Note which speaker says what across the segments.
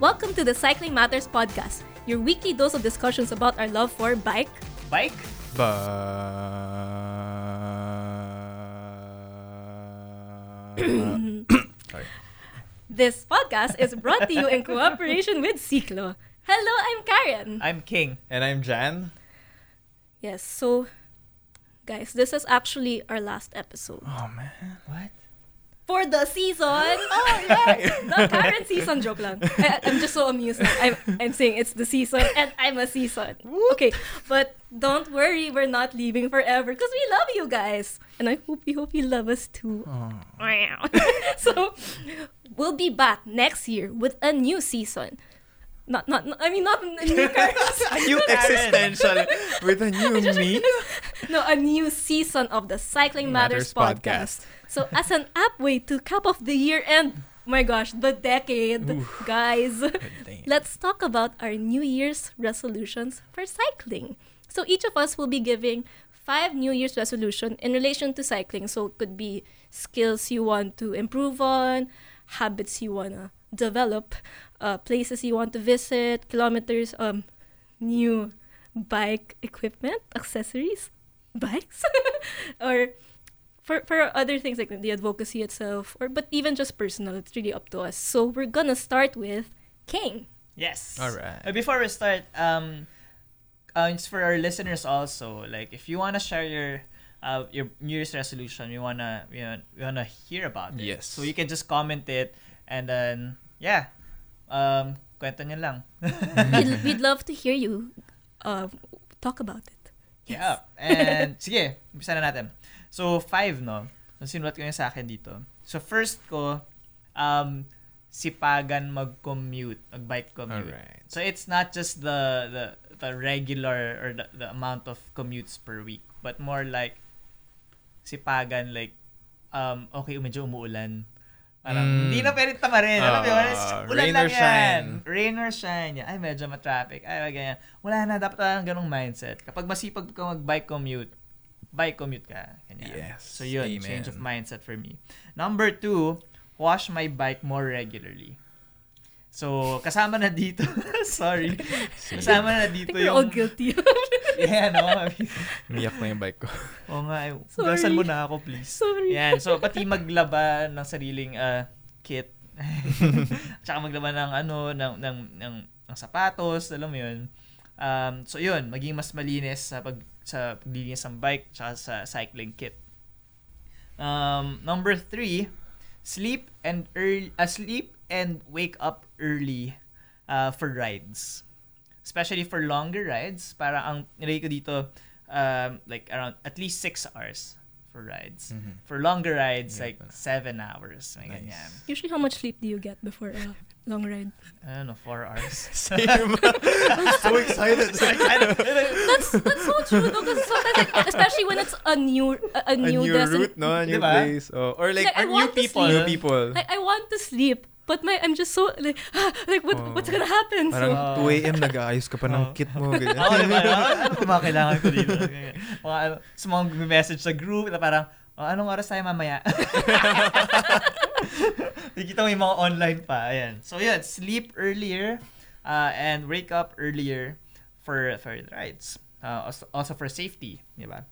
Speaker 1: Welcome to the Cycling Matters podcast, your weekly dose of discussions about our love for bike,
Speaker 2: Bike?
Speaker 3: Ba-
Speaker 1: This podcast is brought to you in cooperation with Ciclo. Hello, I'm Karen.
Speaker 2: I'm king.
Speaker 3: and I'm Jan.
Speaker 1: Yes, so guys, this is actually our last episode
Speaker 3: Oh man.
Speaker 2: What?
Speaker 1: for the season. Oh the Karen season joke lang. I, I'm just so amused. now. I'm I'm saying it's the season and I'm a season. Okay, but don't worry, we're not leaving forever because we love you guys, and I hope you hope you love us too. so we'll be back next year with a new season. Not, not, not- I mean, not a new
Speaker 3: A
Speaker 1: Karen.
Speaker 3: new existential with a new me.
Speaker 1: no, a new season of the Cycling Matters,
Speaker 3: Matters
Speaker 1: podcast.
Speaker 3: podcast.
Speaker 1: So as an up way to cap of the year and my gosh, the decade, guys.
Speaker 3: damn.
Speaker 1: Let's talk about our New Year's resolutions for cycling. So each of us will be giving five New Year's resolution in relation to cycling. So it could be skills you want to improve on, habits you wanna develop, uh, places you want to visit, kilometers, um, new bike equipment, accessories, bikes, or for for other things like the advocacy itself, or but even just personal, it's really up to us. So we're gonna start with King.
Speaker 2: Yes.
Speaker 3: Alright.
Speaker 2: Uh, Before we start, um, uh, it's for our listeners also. Like, if you wanna share your uh, your New Year's resolution, we wanna we wanna, we wanna hear about it.
Speaker 3: Yes.
Speaker 2: So you can just comment it, and then yeah, um, kwento nyo lang.
Speaker 1: we'd, we'd love to hear you uh, talk about it.
Speaker 2: Yeah. And sige, umpisa na natin. So, five, no? So, sinulat ko yung sa akin dito. So, first ko, um, sipagan mag-commute, mag-bike commute.
Speaker 3: Alright.
Speaker 2: So, it's not just the, the, the regular or the, the amount of commutes per week, but more like sipagan, like, um, okay, medyo umuulan. Parang,
Speaker 3: Mm.
Speaker 2: hindi na pwede tamarin. Alam mo yun?
Speaker 3: Ah,
Speaker 2: Ulan
Speaker 3: rain
Speaker 2: lang
Speaker 3: or
Speaker 2: yan.
Speaker 3: shine.
Speaker 2: Rain or shine. Yan. Ay, medyo matraffic. Ay, wag ganyan. Wala na. Dapat talagang ganong mindset. Kapag masipag ka mag-bike commute, bike commute ka. Ganyan.
Speaker 3: Yes.
Speaker 2: So yun,
Speaker 3: Amen.
Speaker 2: change of mindset for me. Number two, wash my bike more regularly. So, kasama na dito. Sorry. Kasama
Speaker 1: I
Speaker 2: na
Speaker 1: think
Speaker 2: dito
Speaker 1: we're all
Speaker 2: yung...
Speaker 1: guilty.
Speaker 2: Yeah, no?
Speaker 3: Umiyak na yung bike ko.
Speaker 2: Oo nga, ay,
Speaker 1: Sorry.
Speaker 2: gasan mo na ako, please.
Speaker 1: Sorry.
Speaker 2: Yan, so pati maglaba ng sariling ah, kit. Tsaka maglaba ng ano, ng, ng, ng, ng sapatos, alam mo yun. Um, so yun, maging mas malinis sa pag sa paglilinis ng bike tsaka sa cycling kit. Um, number three, sleep and early, uh, sleep and wake up early uh, for rides. Especially for longer rides, para ang nilagay ko dito um, like around at least 6 hours for rides.
Speaker 3: Mm-hmm.
Speaker 2: For longer rides,
Speaker 3: Yeah,
Speaker 2: like 7 hours. May ganyan.
Speaker 1: Usually, how much sleep do you get before a long ride?
Speaker 2: I don't know, 4 hours.
Speaker 3: Same. I'm so excited.
Speaker 1: That's that's so true though, because sometimes, like, especially when it's a new a, a
Speaker 3: a
Speaker 1: new,
Speaker 3: new
Speaker 1: destin-
Speaker 3: route, no? A new
Speaker 2: Diba?
Speaker 3: place. Oh, or like,
Speaker 1: Like, I
Speaker 3: or
Speaker 1: want to
Speaker 3: New
Speaker 2: sleep.
Speaker 3: people.
Speaker 1: Like I want to sleep, but my I'm just so like like what
Speaker 3: Oh.
Speaker 1: what's gonna happen? So,
Speaker 3: Parang 2 a.m. nag-aayos ka pa ng
Speaker 2: Oh.
Speaker 3: kit mo.
Speaker 2: Ako,
Speaker 3: Ganyan.
Speaker 2: diba, Oh, ano, ano pa mga kailangan ko dito? Ganyan. Mga, ano, sa mga message sa group na parang, "Oh, anong oras tayo mamaya? Nakikita mo yung mga online pa. Ayan. So, yun. Sleep earlier uh, and wake up earlier for, for the rides. Uh, also, also for safety. Di ba?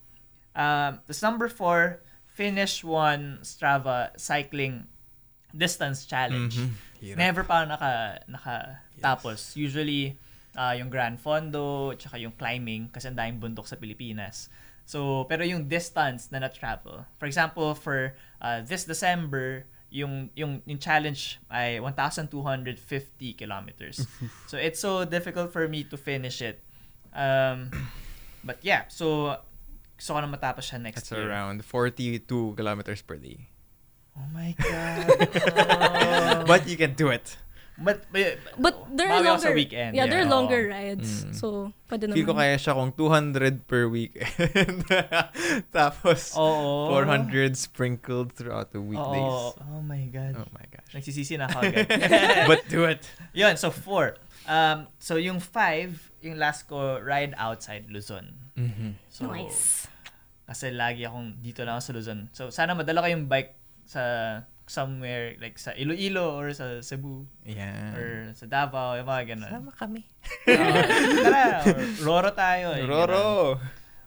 Speaker 2: Um, this number four, finish one Strava cycling distance challenge.
Speaker 3: Mhm. Hirap.
Speaker 2: Never pa ako naka, nakatapos. Usually, ah, yung Grand Fondo, tsaka yung climbing, kasi ang daming bundok sa Pilipinas. So, pero yung distance na na-travel. For example, for ah, this December, yung, yung, yung challenge ay 1,250 kilometers. so, it's so difficult for me to finish it. Um, but yeah, so, gusto ko na matapos siya next
Speaker 3: That's
Speaker 2: year.
Speaker 3: around 42 kilometers per day.
Speaker 2: Oh my
Speaker 1: Oh.
Speaker 2: God.
Speaker 3: But you can do it.
Speaker 2: But, but,
Speaker 1: but there are
Speaker 2: bawi ako sa
Speaker 1: longer
Speaker 2: weekend.
Speaker 1: Yeah, there are
Speaker 2: Oo.
Speaker 1: longer rides.
Speaker 3: Mm.
Speaker 1: So pwede naman.
Speaker 3: Feel ko kaya siya kung 200 per weekend. Tapos,
Speaker 1: Oh.
Speaker 2: Oo.
Speaker 3: 400 sprinkled throughout the weekdays.
Speaker 2: Oo. Oh my God.
Speaker 3: Oh my gosh.
Speaker 2: Nagsisisi na ako agad.
Speaker 3: But do it.
Speaker 2: Yun, so four. Um, so yung five, yung last ko, ride outside Luzon. So,
Speaker 1: Nice.
Speaker 2: Kasi lagi akong dito lang ako sa Luzon. So sana madala ko yung bike sa somewhere like sa Iloilo or sa Cebu
Speaker 3: Yan.
Speaker 2: or sa Davao, yung mga ganun.
Speaker 3: Sama kami.
Speaker 2: Oo. Tara, or Roro tayo. eh, ganun.
Speaker 3: Roro!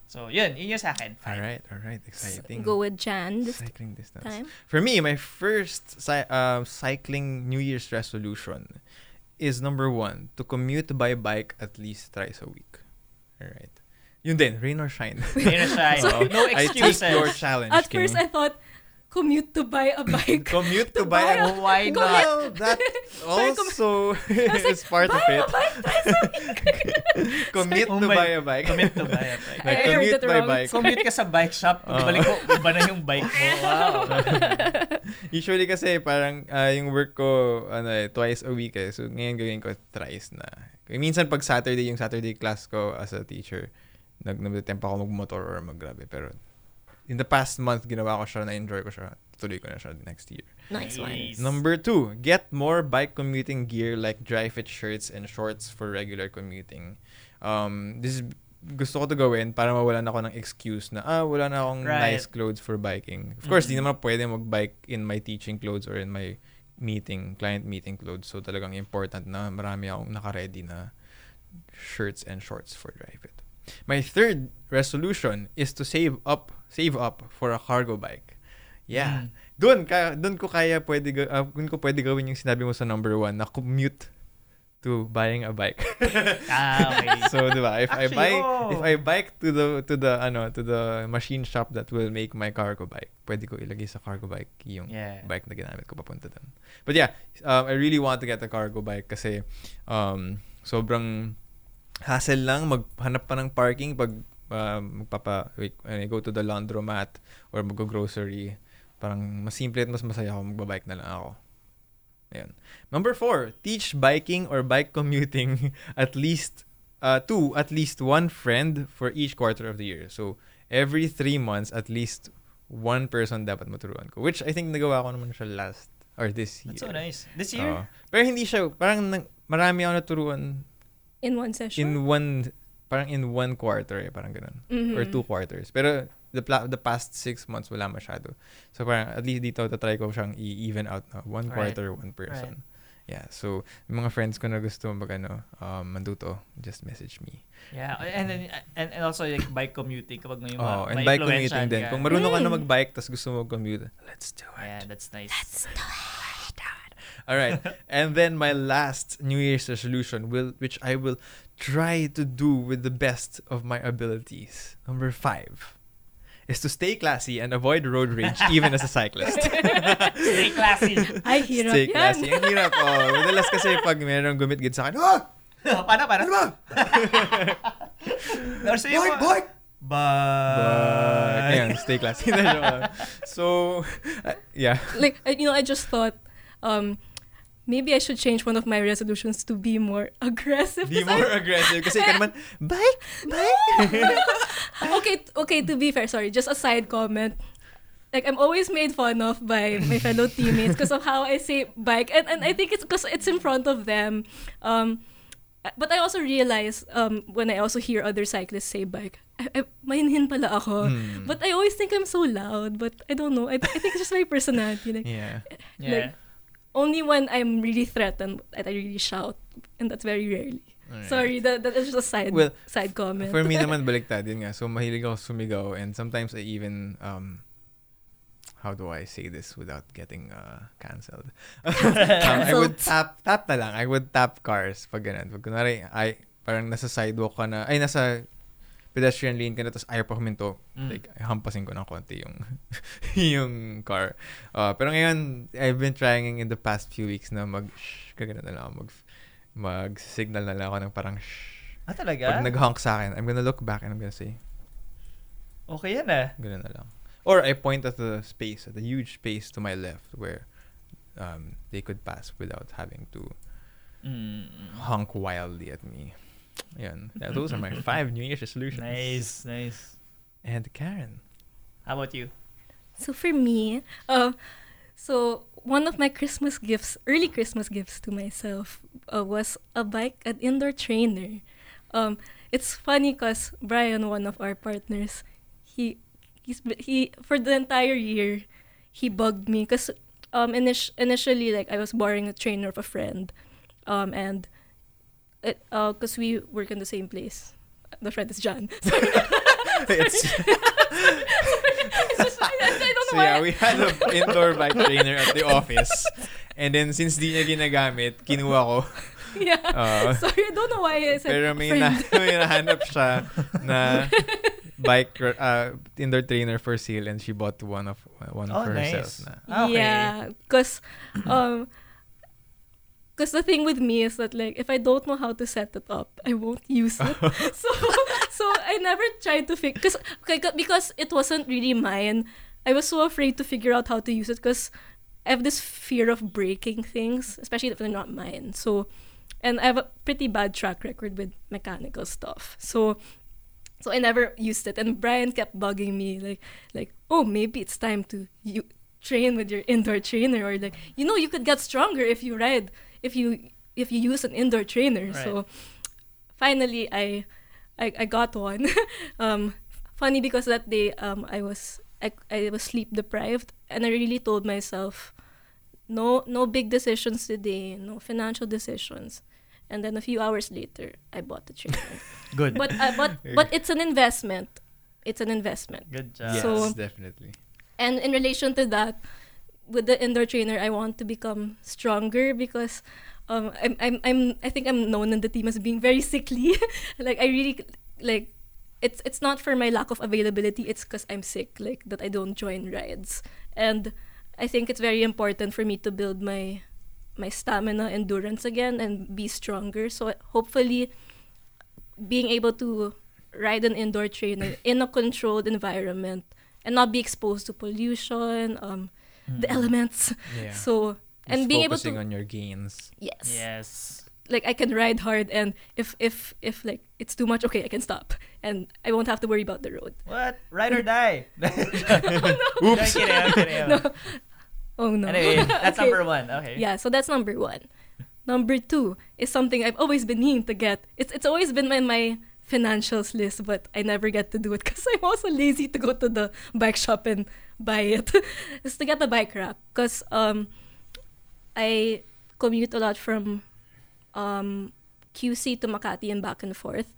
Speaker 2: So, yun, yun yung sa akin.
Speaker 3: Alright, alright. Exciting.
Speaker 1: Go with Jan this
Speaker 3: Cycling distance.
Speaker 1: time.
Speaker 3: For me, my first cy- uh, cycling New Year's resolution is number one, to commute by bike at least thrice a week. Alright. Yun din, rain or shine.
Speaker 2: Rain or shine.
Speaker 3: Oo.
Speaker 2: No
Speaker 3: I take your
Speaker 2: excuses.
Speaker 3: challenge,
Speaker 1: At
Speaker 3: King.
Speaker 1: first, I thought, commute to buy a bike.
Speaker 3: commute
Speaker 1: to
Speaker 3: to buy
Speaker 1: buy
Speaker 3: a
Speaker 1: a-
Speaker 2: Why
Speaker 1: Go
Speaker 2: not?
Speaker 1: ahead.
Speaker 3: Well, that
Speaker 1: Sorry, com-
Speaker 3: also
Speaker 1: I was
Speaker 3: is
Speaker 1: like,
Speaker 3: part
Speaker 1: buy
Speaker 3: of
Speaker 1: a
Speaker 3: it.
Speaker 1: bike twice a week.
Speaker 3: Commit
Speaker 2: Oh
Speaker 3: to
Speaker 2: my-
Speaker 3: buy a bike.
Speaker 2: Commit to buy a bike.
Speaker 1: I
Speaker 3: Like,
Speaker 1: heard
Speaker 3: commute
Speaker 1: that
Speaker 3: by
Speaker 1: wrong.
Speaker 3: bike. Oh.
Speaker 2: Commute ka sa bike shop,
Speaker 3: Oo.
Speaker 2: pagbalik mo, iba na yung bike mo. Wow.
Speaker 3: Usually kasi parang ah, yung work ko ano eh, twice a week eh. So ngayon gawin ko thrice na. Eh, Minsan pag Saturday, yung Saturday class ko as a teacher, nag nagtetempa ako magmotor or maggrabe. Pero in the past month, ginawa ko siya, na-enjoy ko siya. Tuloy ko na siya next year.
Speaker 1: nice one.
Speaker 2: Nice.
Speaker 3: Number two, get more bike commuting gear like dry fit shirts and shorts for regular commuting. Um, this is, gusto ko to gawin para mawalan ako ng excuse na, ah, wala na akong
Speaker 2: Right.
Speaker 3: nice clothes for biking. Of course, di
Speaker 2: Mm.
Speaker 3: naman pwede mag-bike in my teaching clothes or in my meeting, client meeting clothes. So talagang important na marami akong nakaready na shirts and shorts for dry fit. My third resolution is to save up, save up for a cargo bike. Yeah.
Speaker 2: Mm.
Speaker 3: Doon, ka, doon ko kaya pwede, ga- ah, doon ko pwede gawin yung sinabi mo sa number one na commute to buying a bike.
Speaker 2: Ah, okay.
Speaker 3: so, di ba? If I
Speaker 2: Actually, oh.
Speaker 3: bike,
Speaker 2: oo.
Speaker 3: if I bike to the to the ano, to the machine shop that will make my cargo bike, pwede ko ilagay sa cargo bike yung
Speaker 2: Yeah.
Speaker 3: bike na ginamit ko papunta doon. But yeah, um, I really want to get a cargo bike kasi um, sobrang hassle lang maghanap pa ng parking pag um, magpapa wait, when I go to the laundromat or maggo-grocery. Parang mas simple at mas masaya ako magbabike na lang ako. Ayun. Number four, teach biking or bike commuting at least uh, to at least one friend for each quarter of the year. So every three months, at least one person dapat maturuan ko. Which I think nagawa ko naman siya last or this year.
Speaker 2: That's so nice. This
Speaker 3: Oo.
Speaker 2: year?
Speaker 3: pero hindi siya, parang nang- marami ako naturuan
Speaker 1: In one session.
Speaker 3: in one, parang in one quarter eh, parang ganun.
Speaker 1: Mhm.
Speaker 3: Or
Speaker 2: Mm.
Speaker 3: two quarters. Pero the, pla- the past six months wala masyado. So parang at least dito tatry ko siyang i-even out na one
Speaker 2: Right.
Speaker 3: quarter, one person. Yeah, so yung mga friends ko na gusto mag ano, um, manduto, just message me.
Speaker 2: Yeah. And then and, and also like bike commuting kapag may mga
Speaker 3: Oh,
Speaker 2: may
Speaker 3: and bike
Speaker 2: influensyahan
Speaker 3: commuting din.
Speaker 2: ka. Hmm.
Speaker 3: Kung marunong ka na
Speaker 1: Mm.
Speaker 3: mag-bike tas gusto mo mag-commute, let's do it.
Speaker 2: Yeah, that's nice.
Speaker 3: All right. and then my last New Year's resolution will which I will try to do with the best of my abilities. Number 5 is to stay classy and avoid road rage even as a cyclist.
Speaker 2: Stay classy.
Speaker 1: Ay, hirap
Speaker 3: stay
Speaker 1: yan.
Speaker 3: classy. Ang hirap. Oh, madalas kasi pag merong gumitgit sa akin, "Ah!
Speaker 2: Oh, Paano, paano?
Speaker 3: Ano ba?
Speaker 2: Or sa'yo
Speaker 3: Boy,
Speaker 2: mo-
Speaker 3: boy!" But,
Speaker 2: Bye.
Speaker 3: ayun, stay classy na siya. So, uh, yeah.
Speaker 1: like I- you know, I just thought, um, maybe I should change one of my resolutions to be more aggressive.
Speaker 3: Be
Speaker 1: 'Cause I-
Speaker 3: more aggressive. Kasi ka naman, bike, bike.
Speaker 1: okay, t- okay. To be fair, sorry. Just a side comment. Like I'm always made fun of by my fellow teammates because of how I say bike, and and I think it's because it's in front of them. Um, but I also realize um, when I also hear other cyclists say bike, I, I, mainhin pala ako.
Speaker 3: Hmm.
Speaker 1: But I always think I'm so loud. But I don't know. I, I think it's just my personality. Like
Speaker 3: Yeah.
Speaker 2: Yeah.
Speaker 1: only when I'm really threatened that I really shout, and that's very rarely.
Speaker 3: Alright.
Speaker 1: Sorry, that that is just a side
Speaker 3: Well,
Speaker 1: side comment.
Speaker 3: For me naman, baliktad yun nga. So, mahilig ako sumigaw and sometimes I even, um, how do I say this without getting uh, cancelled? Um, I would tap, tap na lang. I would tap cars pag ganun. Pag kunwari, ay, parang nasa sidewalk ka na, ay, nasa pedestrian lane ka na, tapos ayaw pa huminto.
Speaker 2: Mm.
Speaker 3: Like, hampasin ko ng konti yung, yung car. Uh, pero ngayon, I've been trying in the past few weeks na mag, shh, kagano na lang ako, mag, mag-signal na lang ako ng parang shh.
Speaker 2: Ah, talaga?
Speaker 3: Pag nag-honk sa akin, I'm gonna look back and I'm gonna say,
Speaker 2: okay yan ah.
Speaker 3: ganun na lang. Or I point at the space, at the huge space to my left where um, they could pass without having to
Speaker 2: Mm.
Speaker 3: honk wildly at me. Yan. Yeah, Those are my five New Year's resolutions.
Speaker 2: Nice, nice.
Speaker 3: And Karen.
Speaker 2: How about you?
Speaker 1: So for me, uh, so one of my Christmas gifts, early Christmas gifts to myself, uh, was a bike, an indoor trainer. Um, it's funny because Brian, one of our partners, he he's he for the entire year, he bugged me because um init- initially like I was borrowing a trainer of a friend, um and it uh because we work in the same place. The friend is John. Sorry.
Speaker 3: It's-
Speaker 1: It's just- I, I don't
Speaker 3: so
Speaker 1: know why.
Speaker 3: yeah, we had an indoor bike trainer at the office. And then since di niya ginagamit, kinuha ko.
Speaker 1: yeah.
Speaker 2: Oh.
Speaker 3: Uh,
Speaker 1: Sorry, I don't know why I said
Speaker 3: pero may, na,
Speaker 1: friend.
Speaker 3: may nahanap siya na bike r- uh, indoor trainer for sale and she bought one of one
Speaker 2: Oh,
Speaker 3: for
Speaker 2: nice.
Speaker 3: herself na.
Speaker 2: Ah, okay.
Speaker 1: Yeah, because um, cause the thing with me is that like if I don't know how to set it up, I won't use it. so so I never tried to fix because because it wasn't really mine. I was so afraid to figure out how to use it because I have this fear of breaking things, especially if they're not mine. So and I have a pretty bad track record with mechanical stuff. So so I never used it, and Brian kept bugging me like, like, oh, maybe it's time to you train with your indoor trainer, or like, you know, you could get stronger if you ride, if you if you use an indoor trainer. So finally, I I, I got one. um, funny because that day um, I was I, I was sleep deprived, and I really told myself, no no big decisions today, no financial decisions. And then a few hours later, I bought the trainer
Speaker 2: Good.
Speaker 1: but uh, but but it's an investment. It's an investment.
Speaker 2: Good job.
Speaker 3: Yes,
Speaker 1: So-
Speaker 3: definitely.
Speaker 1: And in relation to that, with the indoor trainer, I want to become stronger because um, I'm, I'm I'm I think I'm known in the team as being very sickly. like I really like it's it's not for my lack of availability. It's because I'm sick, like that I don't join rides. And I think it's very important for me to build my my stamina, endurance again, and be stronger. So hopefully, being able to ride an indoor trainer in a controlled environment and not be exposed to pollution, um, the
Speaker 2: Hmm.
Speaker 1: elements.
Speaker 3: Hmm. Yeah.
Speaker 1: So and
Speaker 3: Just
Speaker 1: being able
Speaker 3: focusing
Speaker 1: to
Speaker 3: on your gains.
Speaker 1: yes,
Speaker 2: Yes.
Speaker 1: like I can ride hard, and if if if like it's too much, okay, I can stop, and I won't have to worry about the road.
Speaker 2: What? Ride or die.
Speaker 3: Oops.
Speaker 2: I'm kidding, I'm kidding, I'm kidding.
Speaker 1: Oh no!
Speaker 2: Anyway, that's
Speaker 1: Okay.
Speaker 2: number one. Okay.
Speaker 1: Yeah, so that's number one. Number two is something I've always been needing to get. It's it's always been in my financials list, but I never get to do it because I'm also lazy to go to the bike shop and buy it. is to get a bike rack because um, I commute a lot from um, QC to Makati and back and forth.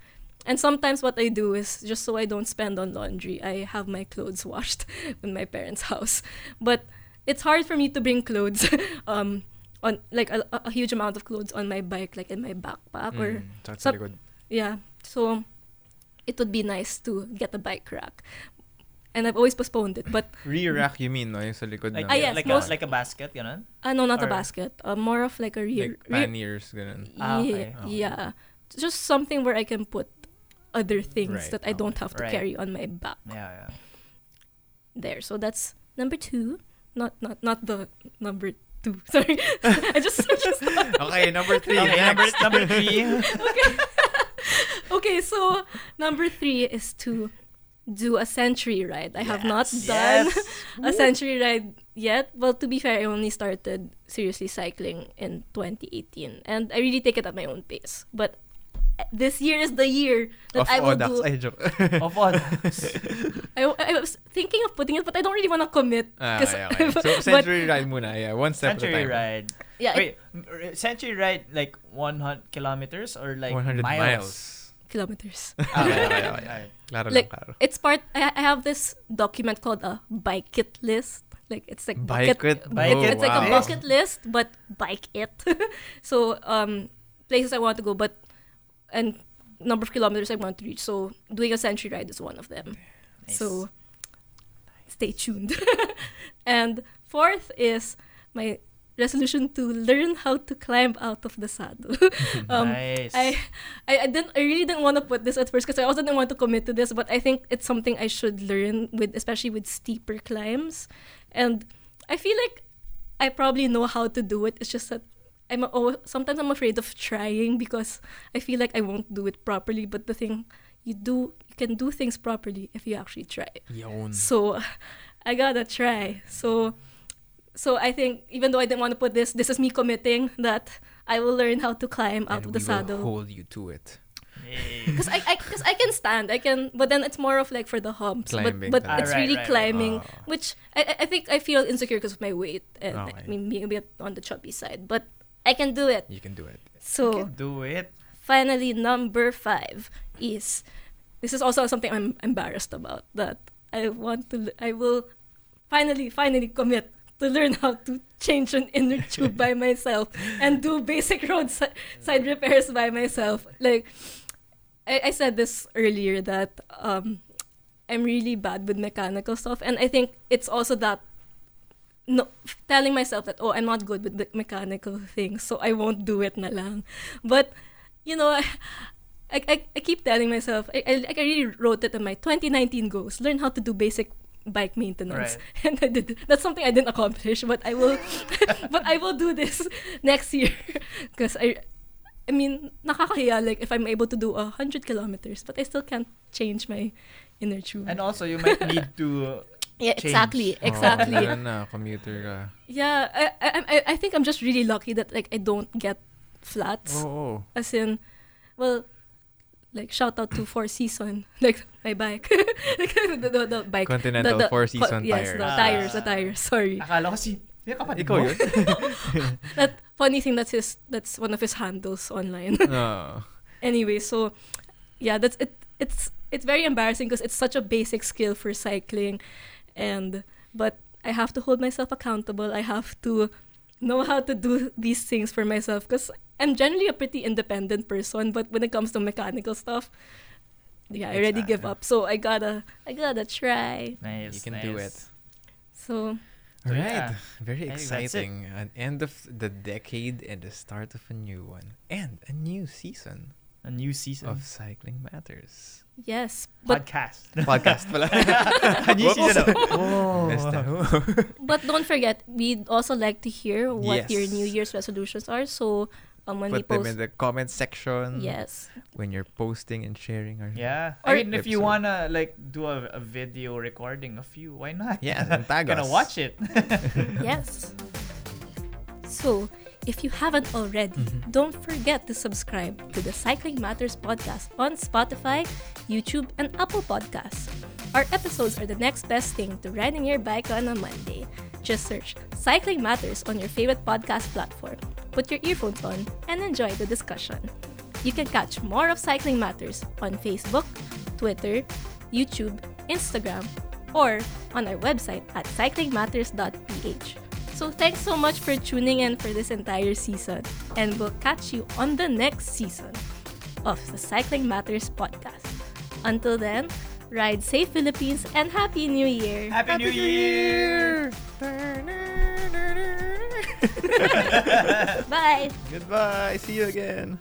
Speaker 1: And sometimes what I do is just so I don't spend on laundry, I have my clothes washed in my parents' house. But it's hard for me to bring clothes um, on like a, a huge amount of clothes on my bike, like in my backpack or
Speaker 3: Mm, tsaka sa
Speaker 1: Sab-
Speaker 3: likod.
Speaker 1: yeah. So it would be nice to get a bike rack. And I've always postponed it, but
Speaker 3: Re-rack you mean, no? Yung sa likod
Speaker 2: Like,
Speaker 3: ng...
Speaker 1: Mm. Ah, yes,
Speaker 2: like,
Speaker 1: most-
Speaker 2: a, like a basket, you know?
Speaker 1: uh, no, not a
Speaker 2: Or-
Speaker 1: basket. Uh, more of like a rear, rear
Speaker 3: Like panniers, ganun.
Speaker 2: Ah, okay.
Speaker 1: yeah,
Speaker 3: Okay.
Speaker 1: yeah. Just something where I can put other things
Speaker 3: Right,
Speaker 1: that I don't
Speaker 3: okay.
Speaker 1: have to
Speaker 2: Right.
Speaker 1: carry on my back
Speaker 2: Yeah, yeah.
Speaker 1: there. So that's number two. Not not not the number two. Sorry, I just, I just
Speaker 3: Okay, number three.
Speaker 2: Okay, number,
Speaker 3: next.
Speaker 2: number three.
Speaker 1: okay. So number three is to do a century ride. I have not
Speaker 2: Yes.
Speaker 1: done
Speaker 2: Yes.
Speaker 1: a century ride yet. Well, to be fair, I only started seriously cycling in 2018, and I really take it at my own pace. But uh, this year is the year that
Speaker 3: Of
Speaker 1: I will
Speaker 3: Odax.
Speaker 1: do.
Speaker 3: Ay, joke.
Speaker 2: Of all.
Speaker 1: I, I was thinking of putting it, but I don't really want to commit.
Speaker 3: Ah,
Speaker 1: 'Cause-
Speaker 3: okay, okay. So,
Speaker 1: but-
Speaker 3: century ride muna. Yeah, one step
Speaker 2: Century
Speaker 3: at a time.
Speaker 2: ride.
Speaker 1: yeah,
Speaker 2: Wait, r- century ride like 100 kilometers or like
Speaker 3: 100 miles.
Speaker 2: miles?
Speaker 1: kilometers.
Speaker 2: Ah, okay, okay,
Speaker 3: Yeah, yeah,
Speaker 2: okay.
Speaker 3: Claro
Speaker 1: Like-
Speaker 3: lang, claro.
Speaker 1: It's part. I, I have this document called a bike it list. Like it's like
Speaker 3: Bike
Speaker 1: bucket-
Speaker 3: it?
Speaker 1: bucket-
Speaker 2: Oh,
Speaker 1: it's like a
Speaker 2: wow.
Speaker 1: bucket list, but bike it. so um, places I want to go, but and number of kilometers I want to reach. So doing a century ride is one of them.
Speaker 2: Nice.
Speaker 1: So stay tuned. and fourth is my resolution to learn how to climb out of the saddle. um,
Speaker 2: nice.
Speaker 1: I, I, I didn't. I really didn't want to put this at first because I also didn't want to commit to this. But I think it's something I should learn with, especially with steeper climbs. And I feel like I probably know how to do it. It's just that I'm al- sometimes I'm afraid of trying because I feel like I won't do it properly. But the thing you do, you can do things properly if you actually try.
Speaker 3: Yun.
Speaker 1: So I gotta try. So so I think even though I didn't want to put this, this is me committing that I will learn how to climb out
Speaker 3: And
Speaker 1: of the
Speaker 3: we will
Speaker 1: saddle.
Speaker 3: hold you to it.
Speaker 2: Yay.
Speaker 1: Because I, I, cause I can stand, I can, but then it's more of like for the humps.
Speaker 3: Climbing.
Speaker 1: But, but
Speaker 3: Ah,
Speaker 1: it's
Speaker 2: right,
Speaker 1: really
Speaker 2: right, right.
Speaker 1: climbing,
Speaker 3: Ah.
Speaker 1: which I, I- I think I feel insecure because of my weight and
Speaker 3: Okay.
Speaker 1: I mean being a bit on the chubby side. But I can do it.
Speaker 3: You can do it.
Speaker 1: So
Speaker 2: You can do it.
Speaker 1: finally, number five is this is also something I'm embarrassed about that I want to I will finally finally commit to learn how to change an inner tube by myself and do basic road si- side repairs by myself. Like I, I said this earlier that um, I'm really bad with mechanical stuff, and I think it's also that no telling myself that oh I'm not good with the mechanical things, so I won't do it na lang. But you know, I I, I keep telling myself I, I like I really wrote it in my 2019 goals: learn how to do basic bike maintenance, and I did. That's something I didn't accomplish, but I will, but I will do this next year because I I mean, nakakahiya like if I'm able to do a hundred kilometers, but I still can't change my inner tube.
Speaker 2: And also, you might need to...
Speaker 1: yeah,
Speaker 2: change.
Speaker 1: exactly,
Speaker 3: Oo,
Speaker 1: exactly.
Speaker 3: ganun Oh, na, commuter ka.
Speaker 1: yeah, I, I I I think I'm just really lucky that like I don't get flats.
Speaker 3: Oo. Oh,
Speaker 1: As in, well, like shout out to Four Season, like my bike, like, the, the, the bike,
Speaker 3: Continental
Speaker 1: the, the,
Speaker 3: Four Season
Speaker 1: yes,
Speaker 3: tires.
Speaker 1: the
Speaker 2: Ah.
Speaker 1: tires, the tires. Sorry,
Speaker 2: Akala ko si... Yung kapatid
Speaker 3: Ikaw
Speaker 2: mo?
Speaker 3: yun?
Speaker 1: that funny thing that's his that's one of his handles online.
Speaker 3: Oo.
Speaker 1: anyway, so yeah, that's it. It's it's very embarrassing because it's such a basic skill for cycling, and but I have to hold myself accountable. I have to know how to do these things for myself because I'm generally a pretty independent person. But when it comes to mechanical stuff, yeah, I already give
Speaker 3: Exactly.
Speaker 1: up. So I gotta I gotta try.
Speaker 2: Nice,
Speaker 3: You can do
Speaker 2: nice.
Speaker 3: it.
Speaker 1: So
Speaker 2: So,
Speaker 3: Alright.
Speaker 2: yeah.
Speaker 3: Very
Speaker 2: I think that's it.
Speaker 3: exciting. An end of the decade and the start of a new one. And a new season
Speaker 2: A new season.
Speaker 3: of Cycling Matters.
Speaker 1: yes, but
Speaker 2: podcast.
Speaker 3: Podcast pala.
Speaker 2: A new season of...
Speaker 3: Messed
Speaker 2: Oh.
Speaker 3: up.
Speaker 1: But don't forget, we'd also like to hear what
Speaker 3: Yes.
Speaker 1: your New Year's resolutions are. So um, when we
Speaker 3: Put them in
Speaker 1: post,
Speaker 3: the comment section.
Speaker 1: yes,
Speaker 3: When you're posting and sharing our
Speaker 2: Yeah.
Speaker 1: Or-
Speaker 2: I mean, if you
Speaker 3: Episode.
Speaker 2: wanna like do a, a video recording of you, why not?
Speaker 3: Yeah, then tag
Speaker 2: Gonna
Speaker 3: us.
Speaker 2: watch it.
Speaker 1: yes. So if you haven't already, don't forget to subscribe to the Cycling Matters podcast on Spotify, YouTube, and Apple Podcasts. Our episodes are the next best thing to riding your bike on a Monday. Just search Cycling Matters on your favorite podcast platform. Put your earphones on and enjoy the discussion. You can catch more of Cycling Matters on Facebook, Twitter, YouTube, Instagram, or on our website at cyclingmatters.ph. So thanks so much for tuning in for this entire season, and we'll catch you on the next season of the Cycling Matters podcast. Until then, ride safe Philippines and Happy New Year!
Speaker 2: Happy, New Year!
Speaker 3: Year!
Speaker 1: Bye!
Speaker 3: Goodbye. See you again.